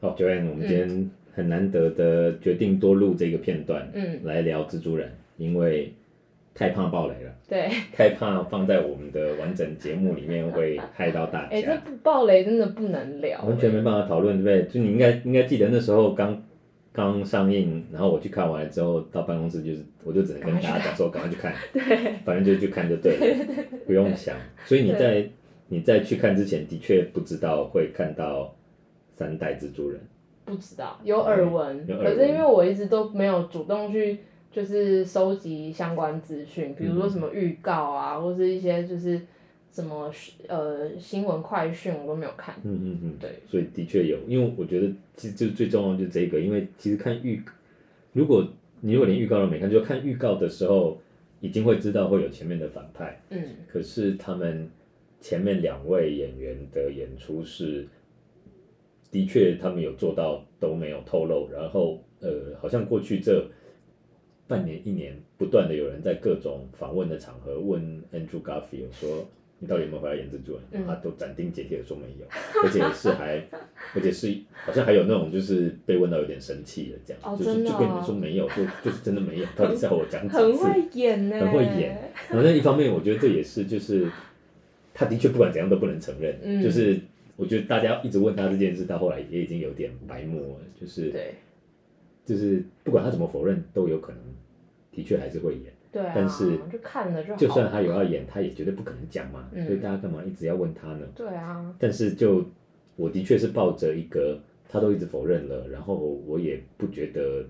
好，Joanne，我们嗯今天很难得的决定多录这个片段嗯，来聊蜘蛛人，因为太怕爆雷了，对，太怕放在我们的完整节目里面会害到大哎、这家，不暴雷真的不能聊、欸完全没办法讨论，对不对？就你应该应该记得那时候刚刚上映，然后我去看完了之后，到办公室就是我就只能跟大家讲说，赶快去看， 对，反正就去看就对了，不用想。所以你在你在去看之前，的确不知道会看到三代蜘蛛人。不知道有耳闻，嗯有耳可闻是因为我一直都没有主动去就是收集相关资讯，比如说嗯什么预告啊，或是一些就是什么呃新闻快讯，我都没有看。嗯嗯嗯，对，所以的确有，因为我觉得其实就最重要的就是这个，因为其实看预，如果你如果连预告都没看，就看预告的时候已经会知道会有前面的反派，嗯，可是他们前面两位演员的演出是，的确他们有做到都没有透露，然后呃，好像过去这半年一年不断的有人在各种访问的场合问 Andrew Garfield 说。你到底有没有回来演蜘蛛人？嗯他都斩钉截铁的说没有，而且是还， 而且是好像还有那种就是被问到有点生气的这样，哦就是真的就哦跟你说没有，就就是真的没有，到底是要我讲几次？很会演欸呢、很会演。 然后另一方面，我觉得这也是就是，他的确不管怎样都不能承认，嗯就是我觉得大家一直问他这件事，到后来也已经有点白目了，就是对就是不管他怎么否认，都有可能的确还是会演，对啊，但是就看了就好。就算他有要演，他也绝对不可能讲嘛，嗯所以大家干嘛一直要问他呢？对啊，但是就我的确是抱着一个他都一直否认了，然后我也不觉得。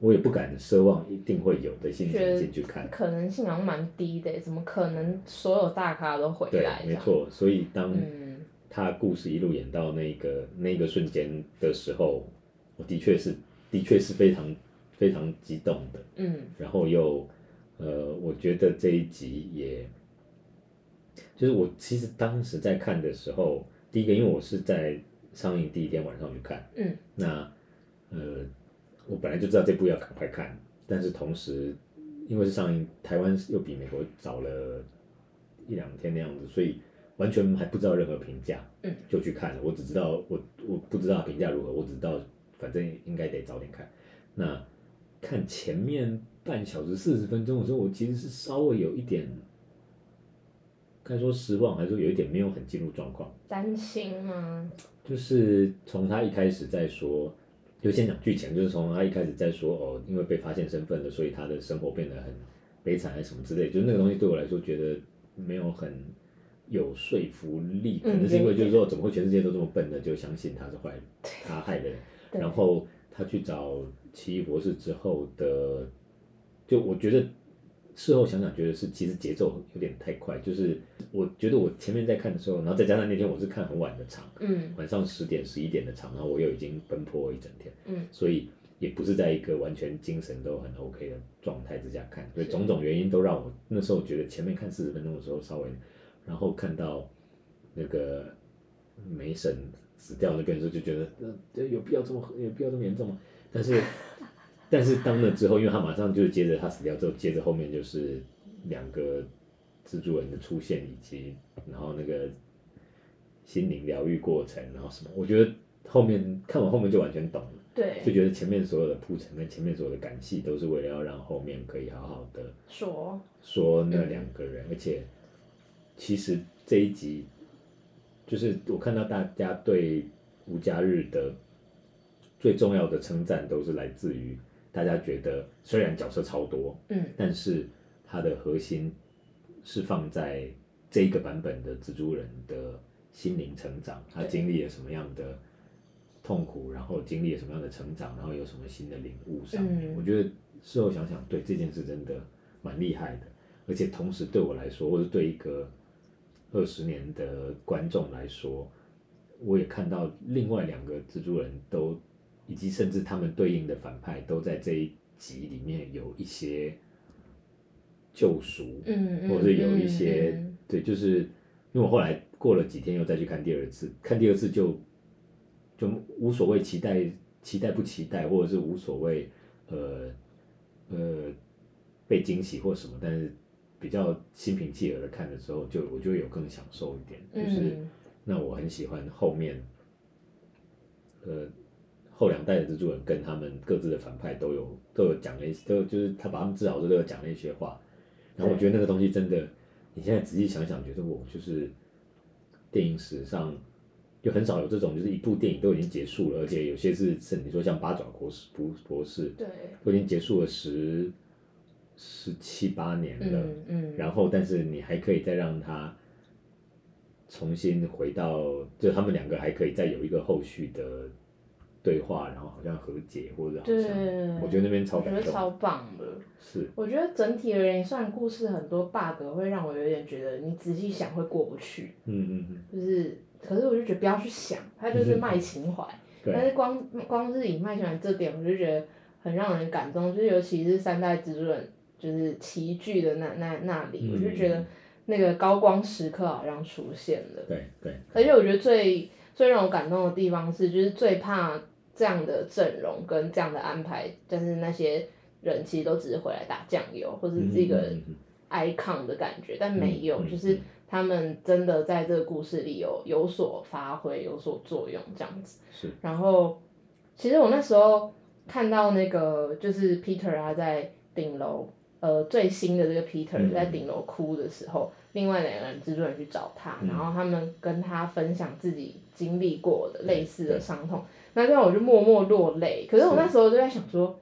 我也不敢奢望一定会有的心情觉进去看，可能性好像蛮低的、欸怎么可能所有大咖都回对来？，没。错。所以当嗯。他故事一路演到那个那个瞬间的时候，我的确是的确是非常非常激动的，嗯然后又呃，我觉得这一集也，就是我其实当时在看的时候，第一个因为我是在上映第一天晚上去看，嗯，那呃，我本来就知道这部要赶快看，但是同时因为是上映，台湾又比美国早了一两天那样子，所以完全还不知道任何评价，嗯，就去看了。我只知道我我不知道评价如何，我只知道反正应该得早点看。那看前面半小时四十分钟的时候，我其实是稍微有一点。该说失望，还是说有一点没有很进入状况。担心吗？就是从他一开始在说，就先讲剧情，就是从他一开始在说哦，因为被发现身份了，所以他的生活变得很悲惨，还是什么之类，就是那个东西对我来说觉得没有很有说服力，可嗯能是因有为一点就是说，怎么会全世界都这么笨的就相信他是坏人，他害的人，对然后他去找奇异博士之后的，就我觉得事后想想，觉得是其实节奏有点太快，就是我觉得我前面在看的时候，然后再加上那天我是看很晚的场。嗯晚上十点十一点的场，然后我又已经奔波一整天，嗯，所以也不是在一个完全精神都很 OK 的状态之下看，所以是种种原因都让我那时候觉得前面看四十分钟的时候稍微，然后看到那个梅婶死掉那边的时候就觉得，呃，这有必要这么有必要这么严重吗？但是但是当那之后，因为他马上就接着他死掉之后，接着后面就是两个蜘蛛人的出现，以及然后那个心灵疗愈过程，然后什么，我觉得后面看完后面就完全懂了，就对，觉得前面所有的铺陈跟前面所有的感戏都是为了要让后面可以好好的说说那两个人，而且其实这一集就是我看到大家对吴家日的最重要的称赞，都是来自于大家觉得虽然角色超多，嗯但是它的核心是放在这一个版本的蜘蛛人的心灵成长，他对经历了什么样的痛苦，然后经历了什么样的成长，然后有什么新的领悟上面。嗯我觉得事后想想，对这件事真的蛮厉害的，而且同时对我来说，或者对一个二十年的观众来说，我也看到另外两个蜘蛛人都，以及甚至他们对应的反派都在这一集里面有一些救赎，嗯嗯，或者是有一些、嗯对，就是因为我后来过了几天又再去看第二次，看第二次就就无所谓期待期待不期待，或者是无所谓呃呃被惊喜或什么，但是比较心平气和的看的时候，就我就会有更享受一点，嗯就是。嗯那我很喜欢后面呃后两代的蜘蛛人跟他们各自的反派都有都有讲了一都就是他把他们治好之后都有讲了一些话，然后我觉得那个东西真的，你现在仔细想想，觉得我就是电影史上。就很少有这种，就是一部电影都已经结束了，而且有些是是你说像八爪博士博博士对，都已经结束了十十七八年了，嗯嗯，然后但是你还可以再让他重新回到，就他们两个还可以再有一个后续的对话，然后好像和解或者好对像，，我觉得那边超我觉感得动，超棒的。是我觉得整体而言，虽然故事很多 bug 会让我有点觉得你仔细想会过不去，嗯嗯嗯，就是，可是我就觉得不要去想，它就是卖情怀。但对，是光光是以卖情怀这点，我就觉得很让人感动，就是尤其是三代之润就是齐聚的那那那里，我就觉嗯得那个高光时刻好像出现了。对对而且我觉得最最让我感动的地方是，就是最怕这样的阵容跟这样的安排，但是那些人其实都只是回来打酱油，或是这个嗯嗯嗯 icon 的感觉，但没有，嗯嗯就是他们真的在这个故事里有有所发挥，有所作用这样子。是然后，其实我那时候看到那个就是 Peter 他在顶楼，呃，最新的这个 Peter 嗯在顶楼哭的时候，另外两个人制作人去找他，嗯然后他们跟他分享自己经历过的类似的对伤痛，那段我就默默落泪。可是我是那时候就在想说。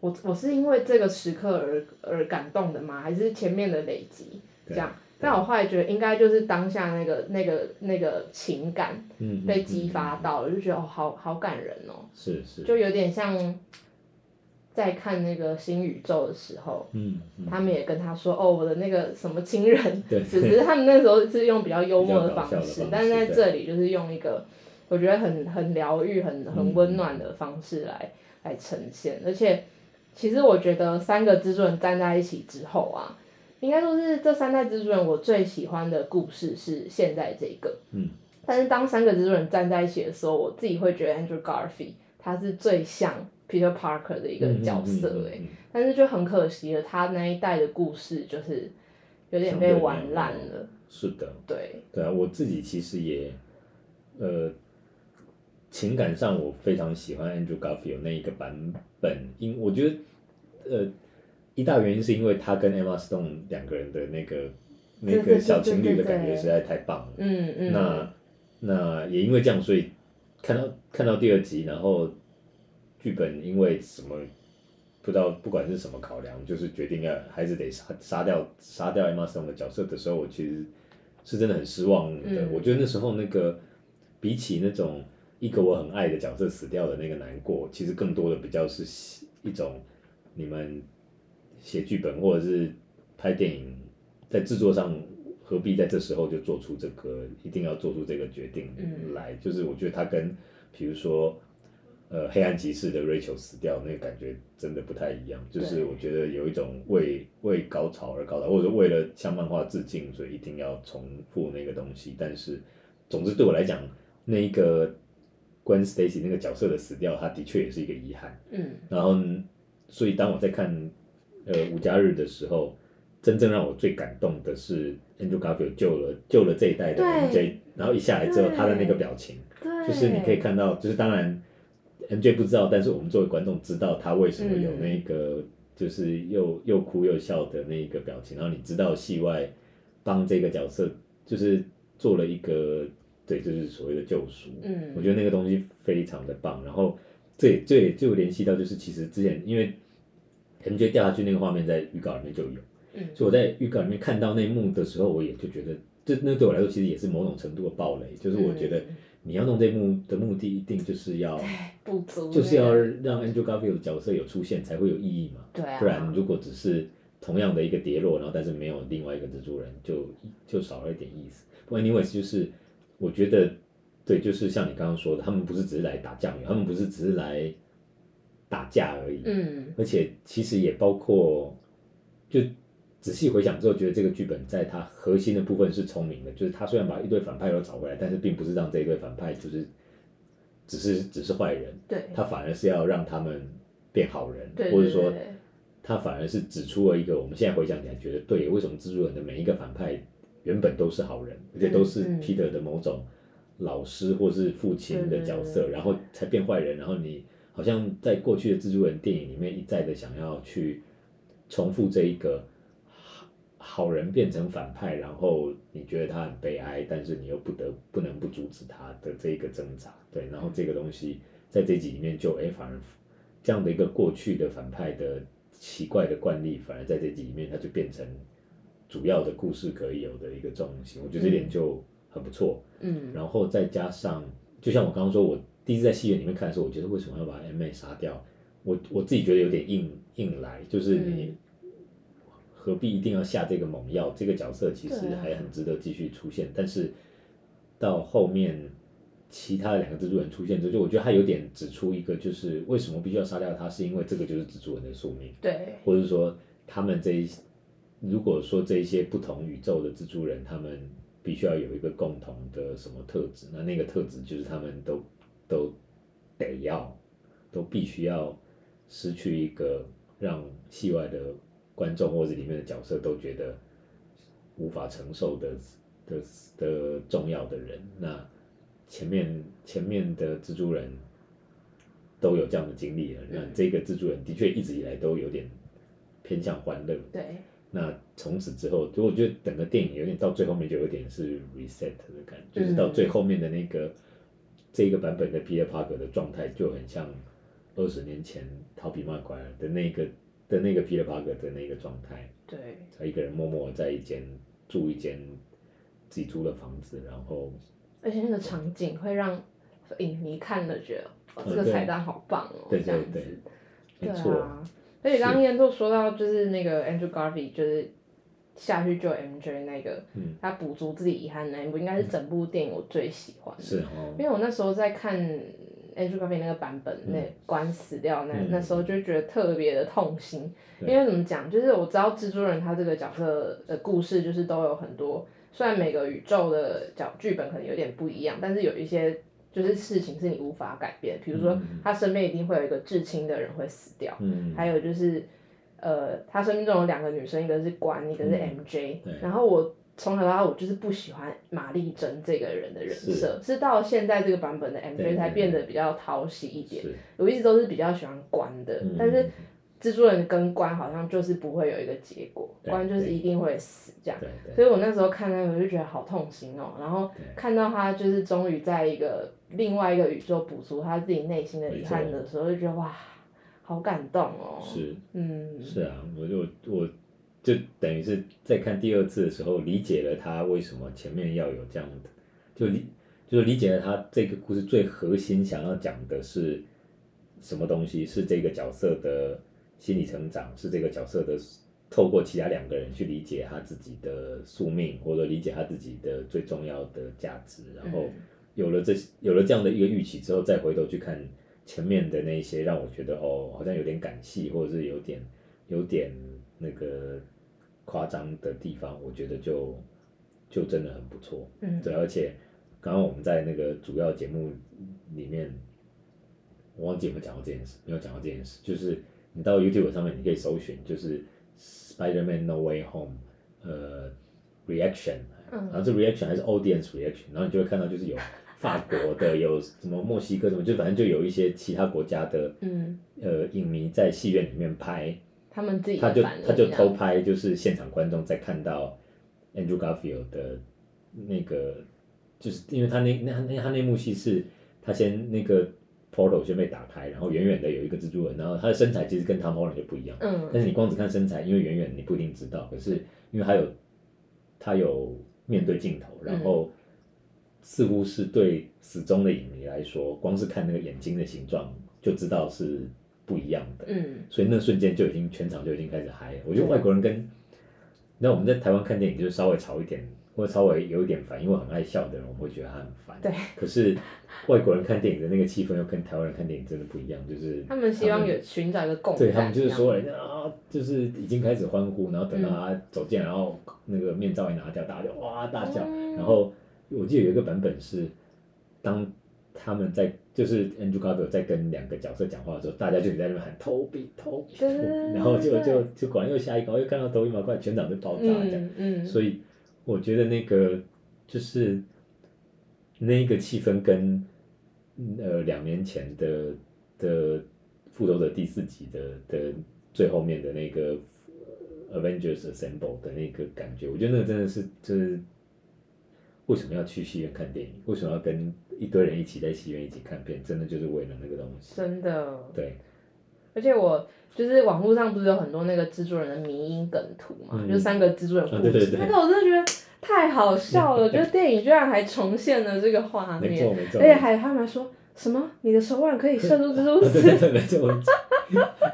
我我是因为这个时刻而而感动的吗？还是前面的累积这对样？但我后来觉得应该就是当下那个那个那个情感嗯嗯被嗯激发嗯到，我就觉得哦，好好感人哦，是是，就有点像在看那个新宇宙的时候，嗯嗯他们也跟他说哦，我的那个什么亲人， 对只是他们那时候是用比较幽比默较的搞方笑的式方，式但是在对这里就是用一个我觉得很很疗愈、很很嗯温暖的方式来、来呈现，而且其实我觉得三个蜘蛛人站在一起之后啊，应该说是这三代蜘蛛人我最喜欢的故事是现在这个，嗯，但是当三个蜘蛛人站在一起的时候，我自己会觉得 Andrew Garfield 他是最像 Peter Parker 的一个角色哎、嗯嗯嗯嗯但是就很可惜了，他那一代的故事就是有点被玩烂了。是的，对，对啊，我自己其实也，呃，情感上我非常喜欢 Andrew Garfield 那一个版本，因我觉得，呃，一大原因是因为他跟 Emma Stone 两个人的那个那对对个对小情侣对对的感觉对实在太棒了。嗯嗯，那那也因为这样，所以看到看到第二集，然后剧本因为什么不知道，不管是什么考量，就是决定要还是得杀杀掉杀掉 Emma Stone 的角色的时候，我其实是真的很失望的。嗯我觉得那时候那个比起那种一个我很爱的角色死掉的那个难过，其实更多的比较是喜一种你们写剧本或者是拍电影在制作上何必在这时候就做出这个一定要做出这个决定嗯来？就是我觉得他跟比如说呃黑暗骑士的 Rachel 死掉那个感觉真的不太一样，就是对我觉得有一种为为高潮而高潮，或者为了向漫画致敬，所以一定要重复那个东西。但是总之对我来讲，那一个。关 Stacy 那个角色的死掉，他的确也是一个遗憾。嗯然后，所以当我在看呃无家日的时候，真正让我最感动的是 Andrew Garfield 救了救了这一代的对 MJ，然后一下来之后对他的那个表情，对，就是你可以看到，就是当然 MJ 不知道，但是我们作为观众知道他为什么有嗯那个、就是又又哭又笑的那个表情，然后你知道戏外帮这个角色就是做了一个对，就是所谓的救赎，嗯，我觉得那个东西非常的棒。然后这也这也就联系到，就是其实之前因为 MJ 掉下去那个画面在预告里面就有，嗯所以我在预告里面看到那一幕的时候，我也就觉得这那对我来说其实也是某种程度的暴雷，就是我觉得嗯你要弄这一幕的目的一定就是要不足就是那要个让 Andrew Garfield 的角色有出现才会有意义嘛，对啊，不然如果只是同样的一个跌落，然后但是没有另外一个蜘蛛人，就就少了一点意思。不过 anyways，就是我觉得对，就是像你刚刚说的，他们不是只是来打酱油，他们不是只是来打架而已，嗯而且其实也包括就。仔细回想之后，觉得这个剧本在它核心的部分是聪明的，就是他虽然把一堆反派都找回来，但是并不是让这一堆反派就是只是只是坏人，对他反而是要让他们变好人，对，或者说对对对他反而是指出了一个我们现在回想起来觉得对，为什么蜘蛛人的每一个反派原本都是好人，而且都是嗯嗯 Peter 的某种老师或是父亲的角色，对然后才变坏人，然后你好像在过去的蜘蛛人电影里面一再的想要去重复这一个好好人变成反派，然后你觉得他很悲哀，但是你又不得不能不阻止他的这一个挣扎，对，然后这个东西在这集里面就哎反而这样的一个过去的反派的奇怪的惯例，反而在这集里面它就变成主要的故事可以有的一个重心，我觉得这点就很不错。嗯然后再加上，就像我刚刚说，我第一次在戏院里面看的时候，我觉得为什么要把 M A 杀掉？我我自己觉得有点硬硬来，就是嗯你何必一定要下这个猛药？这个角色其实对啊还很值得继续出现，但是到后面其他的两个蜘蛛人出现之后，就我觉得他有点指出一个，就是为什么必须要杀掉他，是因为这个就是蜘蛛人的宿命。对，或者说他们这一，如果说这一些不同宇宙的蜘蛛人，他们必须要有一个共同的什么特质，那那个特质就是他们都都得要，都必须要失去一个让戏外的观众或者里面的角色都觉得无法承受的的的重要的人。那前面前面的蜘蛛人都有这样的经历了，那嗯这个蜘蛛人的确一直以来都有点偏向欢乐。对，那从此之后，就我觉得整个电影有点到最后面就有点是 reset 的感嗯觉，就是到最后面的那个这个版本的 Peter Parker 的状态就很像二十年前逃避卖拐的那个的那个 Peter Parker 的那个状态，对，他一个人默默在一间住一间自己租的房子，然后而且那个场景会让影迷看了觉得，哦，嗯这个对彩蛋好棒哦，对这样对子，对，没对错，啊。而且刚刚是燕都说到，就是那个 Andrew Garfield 就是下去救 MJ 那个，嗯他补足自己遗憾那一幕，应该是整部电影我最喜欢的。是哦因，为我那时候在看 Andrew Garfield 那个版本，嗯那官死掉那、嗯那时候就觉得特别的痛心，对因为怎么讲，就是我知道蜘蛛人他这个角色的故事就是都有很多，虽然每个宇宙的角剧本可能有点不一样，但是有一些就是事情是你无法改变，比如说嗯嗯嗯他身边一定会有一个至亲的人会死掉，嗯，还有就是，呃，他身边中有两个女生，一个是关，一个是嗯 MJ、对然后我从小到大，我就是不喜欢玛丽珍这个人的人是设，是到现在这个版本的 MJ 对才对变对得比较讨喜一点。是，我一直都是比较喜欢关的，嗯但是蜘蛛人跟关好像就是不会有一个结果，对关就是对一定会死这样。对对所以我那时候看那个，我就觉得好痛心哦。然后对看到他就是终于在一个另外一个宇宙补足他自己内心的遗憾没错的时候，就觉得哇，好感动哦。是。嗯，是啊，我就我就等于是在看第二次的时候，理解了他为什么前面要有这样的，就理就是理解了他这个故事最核心想要讲的是什么东西，是这个角色的心理成长，是这个角色的透过其他两个人去理解他自己的宿命，或者理解他自己的最重要的价值，然后。有了这有了这样的一个预期之后，再回头去看前面的那一些，让我觉得哦，好像有点感戏，或者是有点有点那个夸张的地方，我觉得就就真的很不错。嗯，对，而且刚刚我们在那个主要节目里面，我忘记有没有讲到这件事，没有讲到这件事，就是你到 YouTube 上面你可以搜寻，就是 Spider-Man No Way Home，呃，reaction，嗯然后这 reaction 还是 audience reaction，然后你就会看到就是有法国的， 有什么墨西哥什么，就反正就有一些其他国家的嗯，呃影迷在戏院里面拍，他们自己他就反应啊他就这样偷拍，就是现场观众在看到 Andrew Garfield 的那个，就是因为他那那那他那幕戏是，他先那个 portal 先被打开，然后远远的有一个蜘蛛人，然后他的身材其实跟 Tom Holland 就不一样，但嗯是你光只看身材，因为远远你不一定知道，可是因为他有他有面对镜头，嗯然后似乎是对死忠的影迷来说，光是看那个眼睛的形状就知道是不一样的，嗯，所以那瞬间就已经全场就已经开始嗨了。我觉得外国人跟，那我们在台湾看电影就是稍微吵一点，或者稍微有一点烦，因为我很爱笑的人，我会觉得他很烦。对。可是外国人看电影的那个气氛又跟台湾人看电影真的不一样，就是他们希望有寻找一个共感，对他们就是，说人家啊，就是已经开始欢呼，然后嗯等到他走进来，然后那个面罩一拿掉，大家就哇大叫。嗯然后我记得有一个版本是，当他们在就是 Andrew Garfield 在跟两个角色讲话的时候，大家就在那边喊投币投币，投对对币对对然后就对就就果然又下一个，又看到投币嘛，快全嗯场就爆炸这样。嗯嗯，所以我觉得那个就是那个气氛跟嗯呃两年前的的复仇者第四集的的最后面的那个呃 Avengers Assemble 的那个感觉，我觉得那个真的是就是为什么要去戏院看电影？为什么要跟一堆人一起在戏院一起看片？真的就是为了那个东西。真的。对，而且我就是网络上不是有很多那个蜘蛛人的迷因梗图嘛，嗯就三个蜘蛛人互啊对对对那个我真的觉得太好 笑了，就是电影居然还重现了这个画没面，错没错。而且还他们还说什么你的手腕可以射出蜘蛛啊对对丝，对，没错 没错。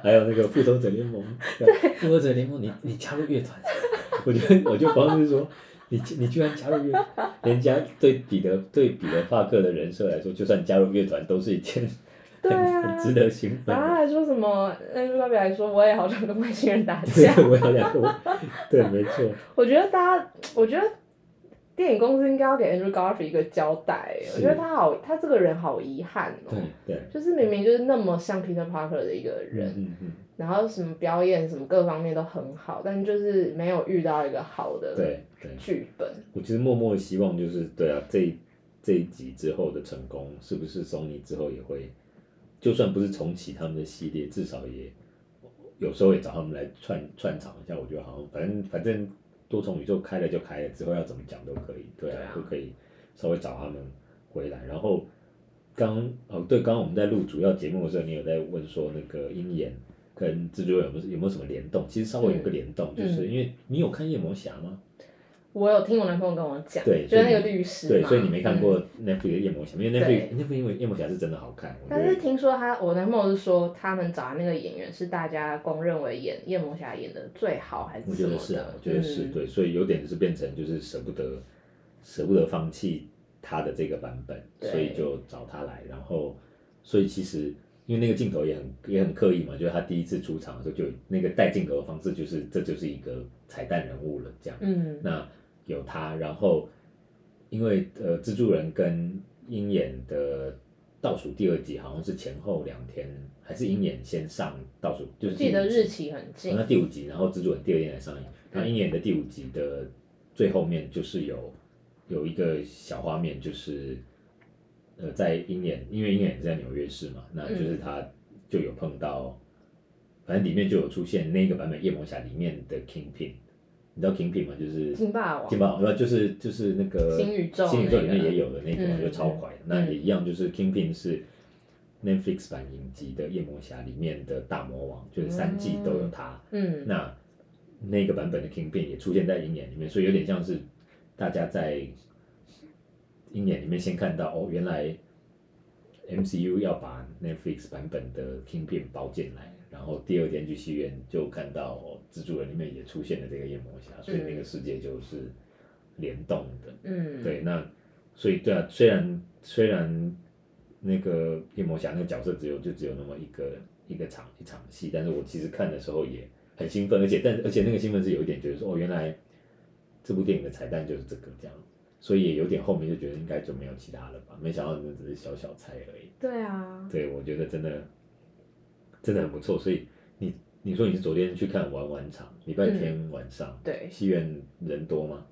还有那个复仇者联盟，对，复仇者联盟你，你加入乐团， 我觉得我就光是说，你你居然加入乐团，人家对彼得对彼得帕克的人设来说，就算加入乐团都是一件 很、对啊很值得兴奋然后的。他还啊说什么，那个代表还说我也好想跟外星人打 对 架，，我要两个我，对，没错，我觉得大家，我觉得。电影公司应该要给 Andrew Garfield 一个交代，是我觉得他好，他这个人好遗憾哦、对对，就是明明就是那么像 Peter Parker 的一个人，嗯嗯然后什么表演什么各方面都很好，但就是没有遇到一个好嗯，的对对。剧本。我其实默默的希望就是，对啊，这一这一集之后的成功，是不是 Sony 之后也会，就算不是重启他们的系列，至少也有时候也找他们来串串场一下。我觉得好像反正反正多重宇宙开了就开了，之后要怎么讲都可以，对对啊啊，都可以稍微找他们回来。然后刚哦对，刚刚我们在录主要节目的时候，你有在问说那个鹰眼。跟蜘蛛人有没有有没有什么联动？其实稍微有个联动，嗯就是因为你有看夜魔侠吗？我有听我男朋友跟我讲，对所就是以那个你律师对，嘛所以你没看嗯过 Netflix 的夜魔侠，因为 Netflix 对 Netflix 夜魔侠是真的好看，我觉但是得听说他，我男朋友是说，他们找的那个演员是大家公认为演夜魔侠演的最好，还我是觉什么得的？是啊，我觉得是嗯、对，所以有点是变成就是舍不得舍不得放弃他的这个版本，对所以就找他来，然后所以其实因为那个镜头也很也很刻意嘛，就是他第一次出场的时候就有那个带镜头的方式，就是这就是一个彩蛋人物了这样，嗯，那有他，然后因为呃，蜘蛛人跟鹰眼的倒数第二集好像是前后两天，还是鹰眼先上倒数，就是记得第五集日期很哦近那，第五集，然后蜘蛛人第二天才上映，然后鹰眼的第五集的最后面就是有有一个小画面，就是呃，在鹰眼，因为鹰眼是在纽约市嘛，那就是他就有碰到，反正里面就有出现那个版本夜魔侠里面的 Kingpin，你知道 Kingpin 吗？就是金霸王金霸王，对吧？就是就是那个新宇宙新宇宙里那面个也有的那个嘛，嗯就超快的。那也一样，就是 Kingpin 是 Netflix 版影集的《夜魔侠》里面的大魔王，就是三季都有他。嗯，那那个版本的 Kingpin 也出现在鹰眼里面，所以有点像是大家在鹰眼里面先看到哦，原来 MCU 要把 Netflix 版本的 Kingpin 包进来，然后第二天去戏院就看到、哦、蜘蛛人里面也出现了这个夜魔侠，所以那个世界就是联动的。嗯，对，那所以对啊，虽然虽然那个夜魔侠那个角色只有就只有那么一个一个场一场戏，但是我其实看的时候也很兴奋，而且但而且那个兴奋是有一点觉得说哦，原来这部电影的彩蛋就是这个这样，所以也有点后面就觉得应该就没有其他了吧，没想到那只是小小菜而已。对啊，对，我觉得真的真的很不错，所以你你说你是昨天去看玩玩场，礼拜天晚上，对，戏院人多吗？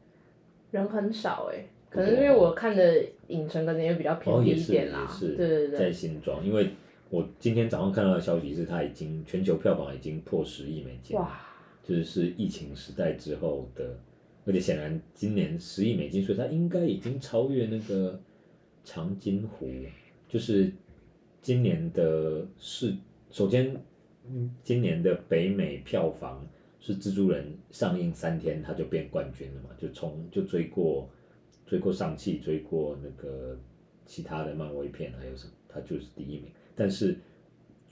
人很少哎、不可多能因为我看的影城可能也比较哦，便宜也一是点啦，也是对对对，在新庄，因为我今天早上看到的消息是，它已经全球票房已经破十亿美金，哇，就是是疫情时代之后的，而且显然今年十亿美金，所以它应该已经超越那个长津湖，就是今年的是首先，嗯，今年的北美票房是蜘蛛人上映三天它就变冠军了嘛，就冲就追过追过上汽，追过那个其他的漫威片还有什么，它就是第一名，但是。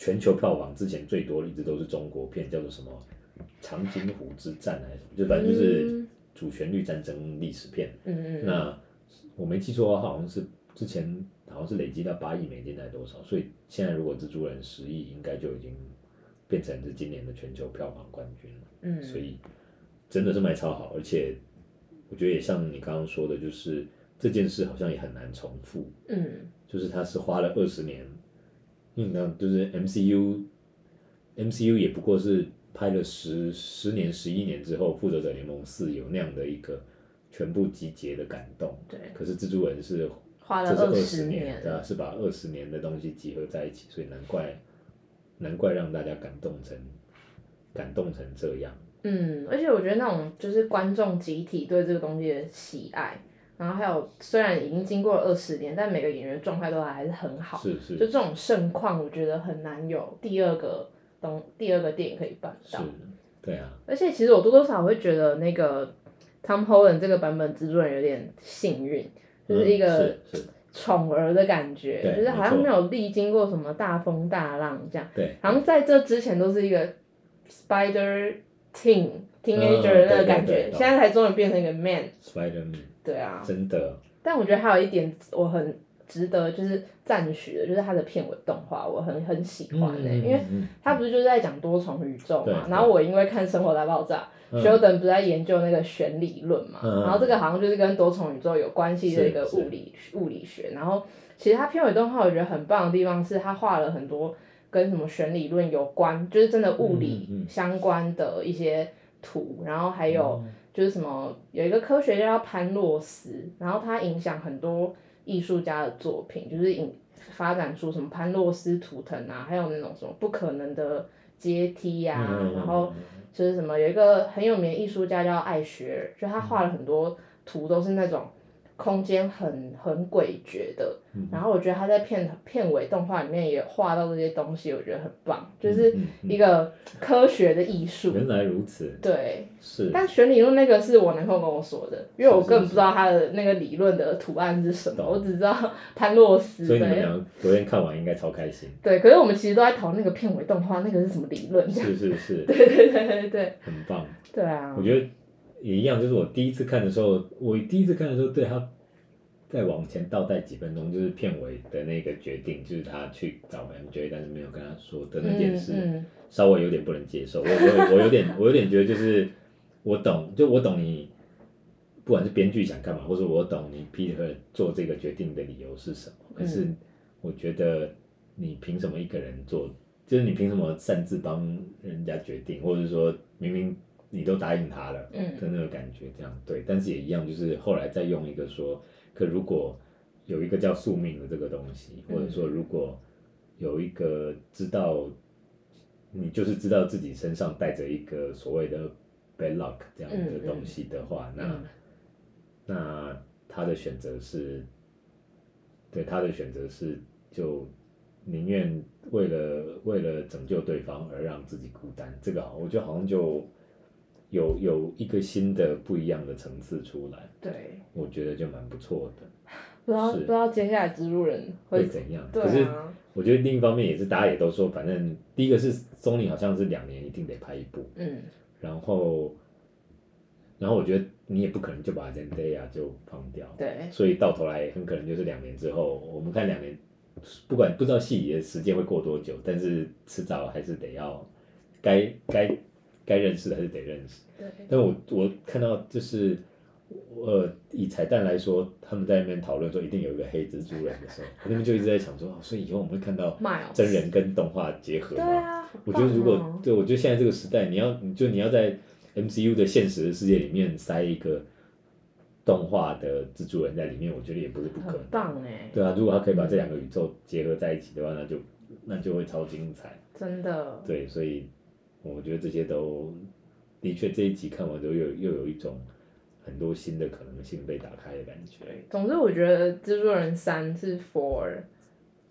全球票房之前最多的一直都是中国片，叫做什么《长津湖之战》还是什么，就反正就是嗯主旋律战争历史片。嗯嗯嗯，那我没记错的话，好像是之前好像是累积到八亿美金还是多少，所以现在如果蜘蛛人十亿，应该就已经变成是今年的全球票房冠军了。嗯，所以真的是卖超好，而且我觉得也像你刚刚说的，就是这件事好像也很难重复。嗯。就是他是花了二十年，因为你知道，就是 MCU，MCU 也不过是拍了十十年、十一年之后，《复仇者联盟四》有那样的一个全部集结的感动。对可是蜘蛛人是花了这是二二十十年，对啊，是把二十年的东西集合在一起，所以难怪难怪让大家感动成感动成这样。嗯，而且我觉得那种就是观众集体对这个东西的喜爱，然后还有虽然已经经过了二十年，但每个演员状态都还是很好，是就是这种盛况，我觉得很难有第二个东第二个电影可以办是到。，对啊，而且其实我多多少少会觉得那个 Tom Holland 这个版本制作人有点幸运，就是一个嗯、是是，宠儿的感觉，对就是好像没没错有历经过什么大风大浪这样。对，好像在这之前都是一个 Spider Teen Teenager 嗯那个对对感觉，对现在才终于变成一个 Man。 Spider Man 对啊，真的但我觉得还有一点我很值得就是赞许的，就是它的片尾动画，我很很喜欢呢、因为。嗯它不是就是在讲多重宇宙对嘛？对然后我因为看《生活大爆炸》嗯 s h e l d o n 不是在研究那个弦理论嘛？嗯嗯然后这个好像就是跟多重宇宙有关系的一个是是物理物理学。然后其实它片尾动画我觉得很棒的地方是，它画了很多跟什么弦理论有关，就是真的物嗯理嗯嗯相关的一些图，然后还有哦就是什么有一个科学家叫潘洛斯，然后他影响很多艺术家的作品，就是影发展出什么潘洛斯图腾啊，还有那种什么不可能的阶梯呀、嗯嗯嗯然后就是什么有一个很有名的艺术家叫艾雪尔，就他画了很多图都是那种空间很很诡谲的，嗯然后我觉得他在片片尾动画里面也画到这些东西，我觉得很棒，就是嗯嗯一个科学的艺术。原来如此，对，是但选理论那个是我男朋友跟我说的，因为我是是根本不知道他的那个理论的图案是什么，懂我只知道潘洛斯所以你们对俩昨天看完应该超开心，对，可是我们其实都在讨论那个片尾动画那个是什么理论， 这样是是是，对对对对对很棒。对啊我，觉得也一样，就是我第一次看的时候，我第一次看的时候对他再往前倒带几分钟，就是片尾的那个决定，就是他去找 MJ，但是没有跟他说的那件嗯事，嗯，稍微有点不能接受。我我我有点我有点觉得就是我懂，就我懂你，不管是编剧想干嘛，或者我懂你 Peter 做这个决定的理由是什么，可是我觉得你凭什么一个人做？就是你凭什么擅自帮人家决定，或者说明明你都答应他了，嗯的那个感觉，这样对，但是也一样，就是后来再用一个说，可如果有一个叫宿命的这个东西，嗯或者说如果有一个知道，你就是知道自己身上带着一个所谓的 bad luck 这样的东西的话，嗯那那他的选择是，对他的选择是就宁愿为了为了拯救对方而让自己孤单，这个好我觉得好像就有有一个新的不一样的层次出来，对，我觉得就蛮不错的。不知道是不知道接下来植入人会会怎样？可对是啊，我觉得另一方面也是大家也都说，反正第一个是松林好像是两年一定得拍一部，嗯然后然后我觉得你也不可能就把 Zendaya 就放掉，对，所以到头来很可能就是两年之后，我们看两年，不管不知道戏里的时间会过多久，但是迟早还是得要该该该认识的还是得认识。对但我我看到就是，呃，以彩蛋来说，他们在那边讨论说一定有一个黑蜘蛛人的时候，我那边就一直在想说，哦所以以后我们会看到 Miles 真人跟动画结合对吗？啊，好我觉得棒如果哦对，我觉得现在这个时代，你要你就你要在 MCU 的现实世界里面塞一个动画的蜘蛛人在里面，我觉得也不是不可很能。棒哎，对啊，如果他可以把这两个宇宙结合在一起的话，那就那就会超精彩。真的，对，所以我觉得这些都的确这一集看完之后又有又有一种很多新的可能性被打开的感觉。总之，我觉得《蜘蛛人三》是 for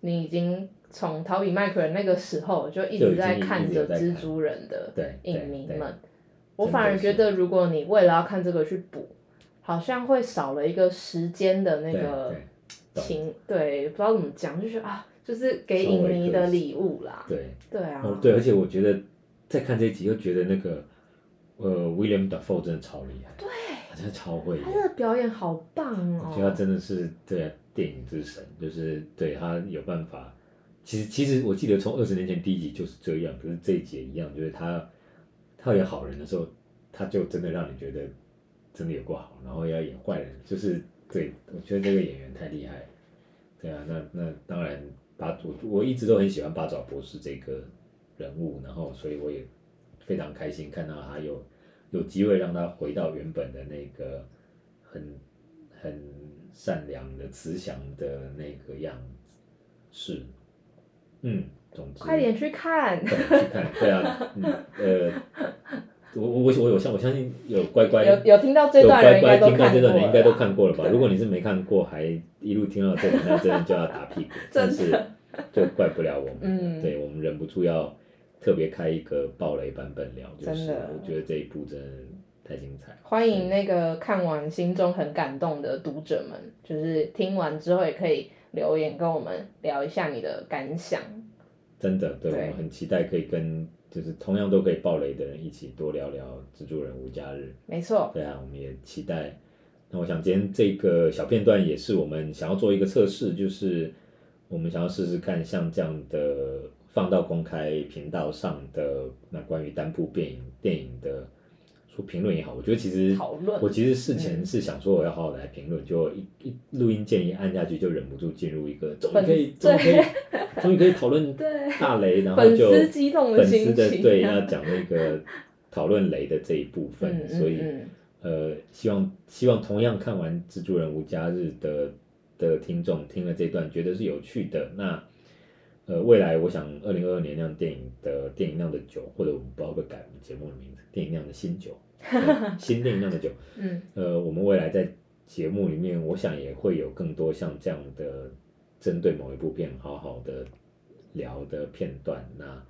你已经从逃避麦克人那个时候就一直在看着蜘蛛人的对，影迷对对们。我反而觉得，如果你为了要看这个去补，好像会少了一个时间的那对个对懂情，对，不知道怎么讲，就是啊，就是给稍微影迷的可惜礼物啦。对，对啊，哦，对，而且我觉得在看这一集又觉得那个呃，William Dafoe 真的超厉害，对，他真的超会演他，的表演好棒我觉得他哦。真的是对啊电影之神，就是对他有办法。其实其实我记得从二十年前第一集就是这样，可是这一集也一样，就是他他演好人的时候，他就真的让你觉得真的有过好，然后要演坏人，就是对我觉得这个演员太厉害了。对啊，那那当然八我我一直都很喜欢八爪博士这个人物，然后所以我也非常开心看到他有有机会让他回到原本的那个很很善良的、慈祥的那个样子。是，嗯，总之，快点去看。快点去看，对啊，嗯，呃，我我我我相我相信有乖乖有有听到这有段人乖乖应该都听到看这过段的，应该都了啦看过了吧？对，如果你是没看过，还一路听到这里，那真的就要打屁股但真是的就怪不了我们了，嗯对我们忍不住要特别开一个暴雷版本聊，就真是的我觉得这一部真的太精彩了，欢迎那个看完心中很感动的读者们，就是听完之后也可以留言跟我们聊一下你的感想。真的，对对我们很期待可以跟就是同样都可以暴雷的人一起多聊聊《蜘蛛人无家日》。没错，对啊，我们也期待。那我想今天这个小片段也是我们想要做一个测试，就是我们想要试试看像这样的放到公开频道上的那关于单部电影电影的说评论也好，我觉得其实讨论我其实事前嗯是想说我要好好来评论，结果一一录音键一按下去就忍不住进入一个终于可以终于可以对终于可以讨论对大 雷，然后粉就丝激动的粉丝心的情，啊对要讲那个讨论雷的这一部分，嗯所以。嗯嗯呃，希望希望同样看完《蜘蛛人无家日的》的听众听了这段，觉得是有趣的。那呃，未来我想二零二二年那样电影的电影酿的酒，或者我们不知道会不会改我们节目的名字，电影酿的新酒，呃新电影酿的酒。嗯，呃，我们未来在节目里面，我想也会有更多像这样的针对某一部片好好的聊的片段。那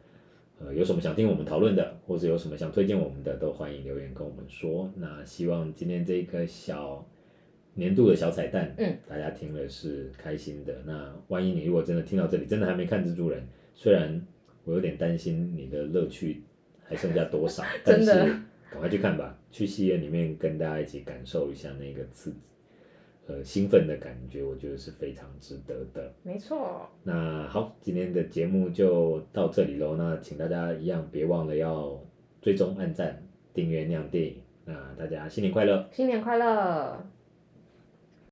呃，有什么想听我们讨论的，或者有什么想推荐我们的，都欢迎留言跟我们说。那希望今天这个小年度的小彩蛋，嗯，大家听了是开心的。那万一你如果真的听到这里，真的还没看蜘蛛人，虽然我有点担心你的乐趣还剩下多 少，但真是的赶快去看吧，去戏院里面跟大家一起感受一下那个刺激，呃，兴奋的感觉，我觉得是非常值得的。没错，那好，今天的节目就到这里喽。那请大家一样别忘了要追踪、按赞、订阅、亮电影。那大家新年快乐！新年快乐。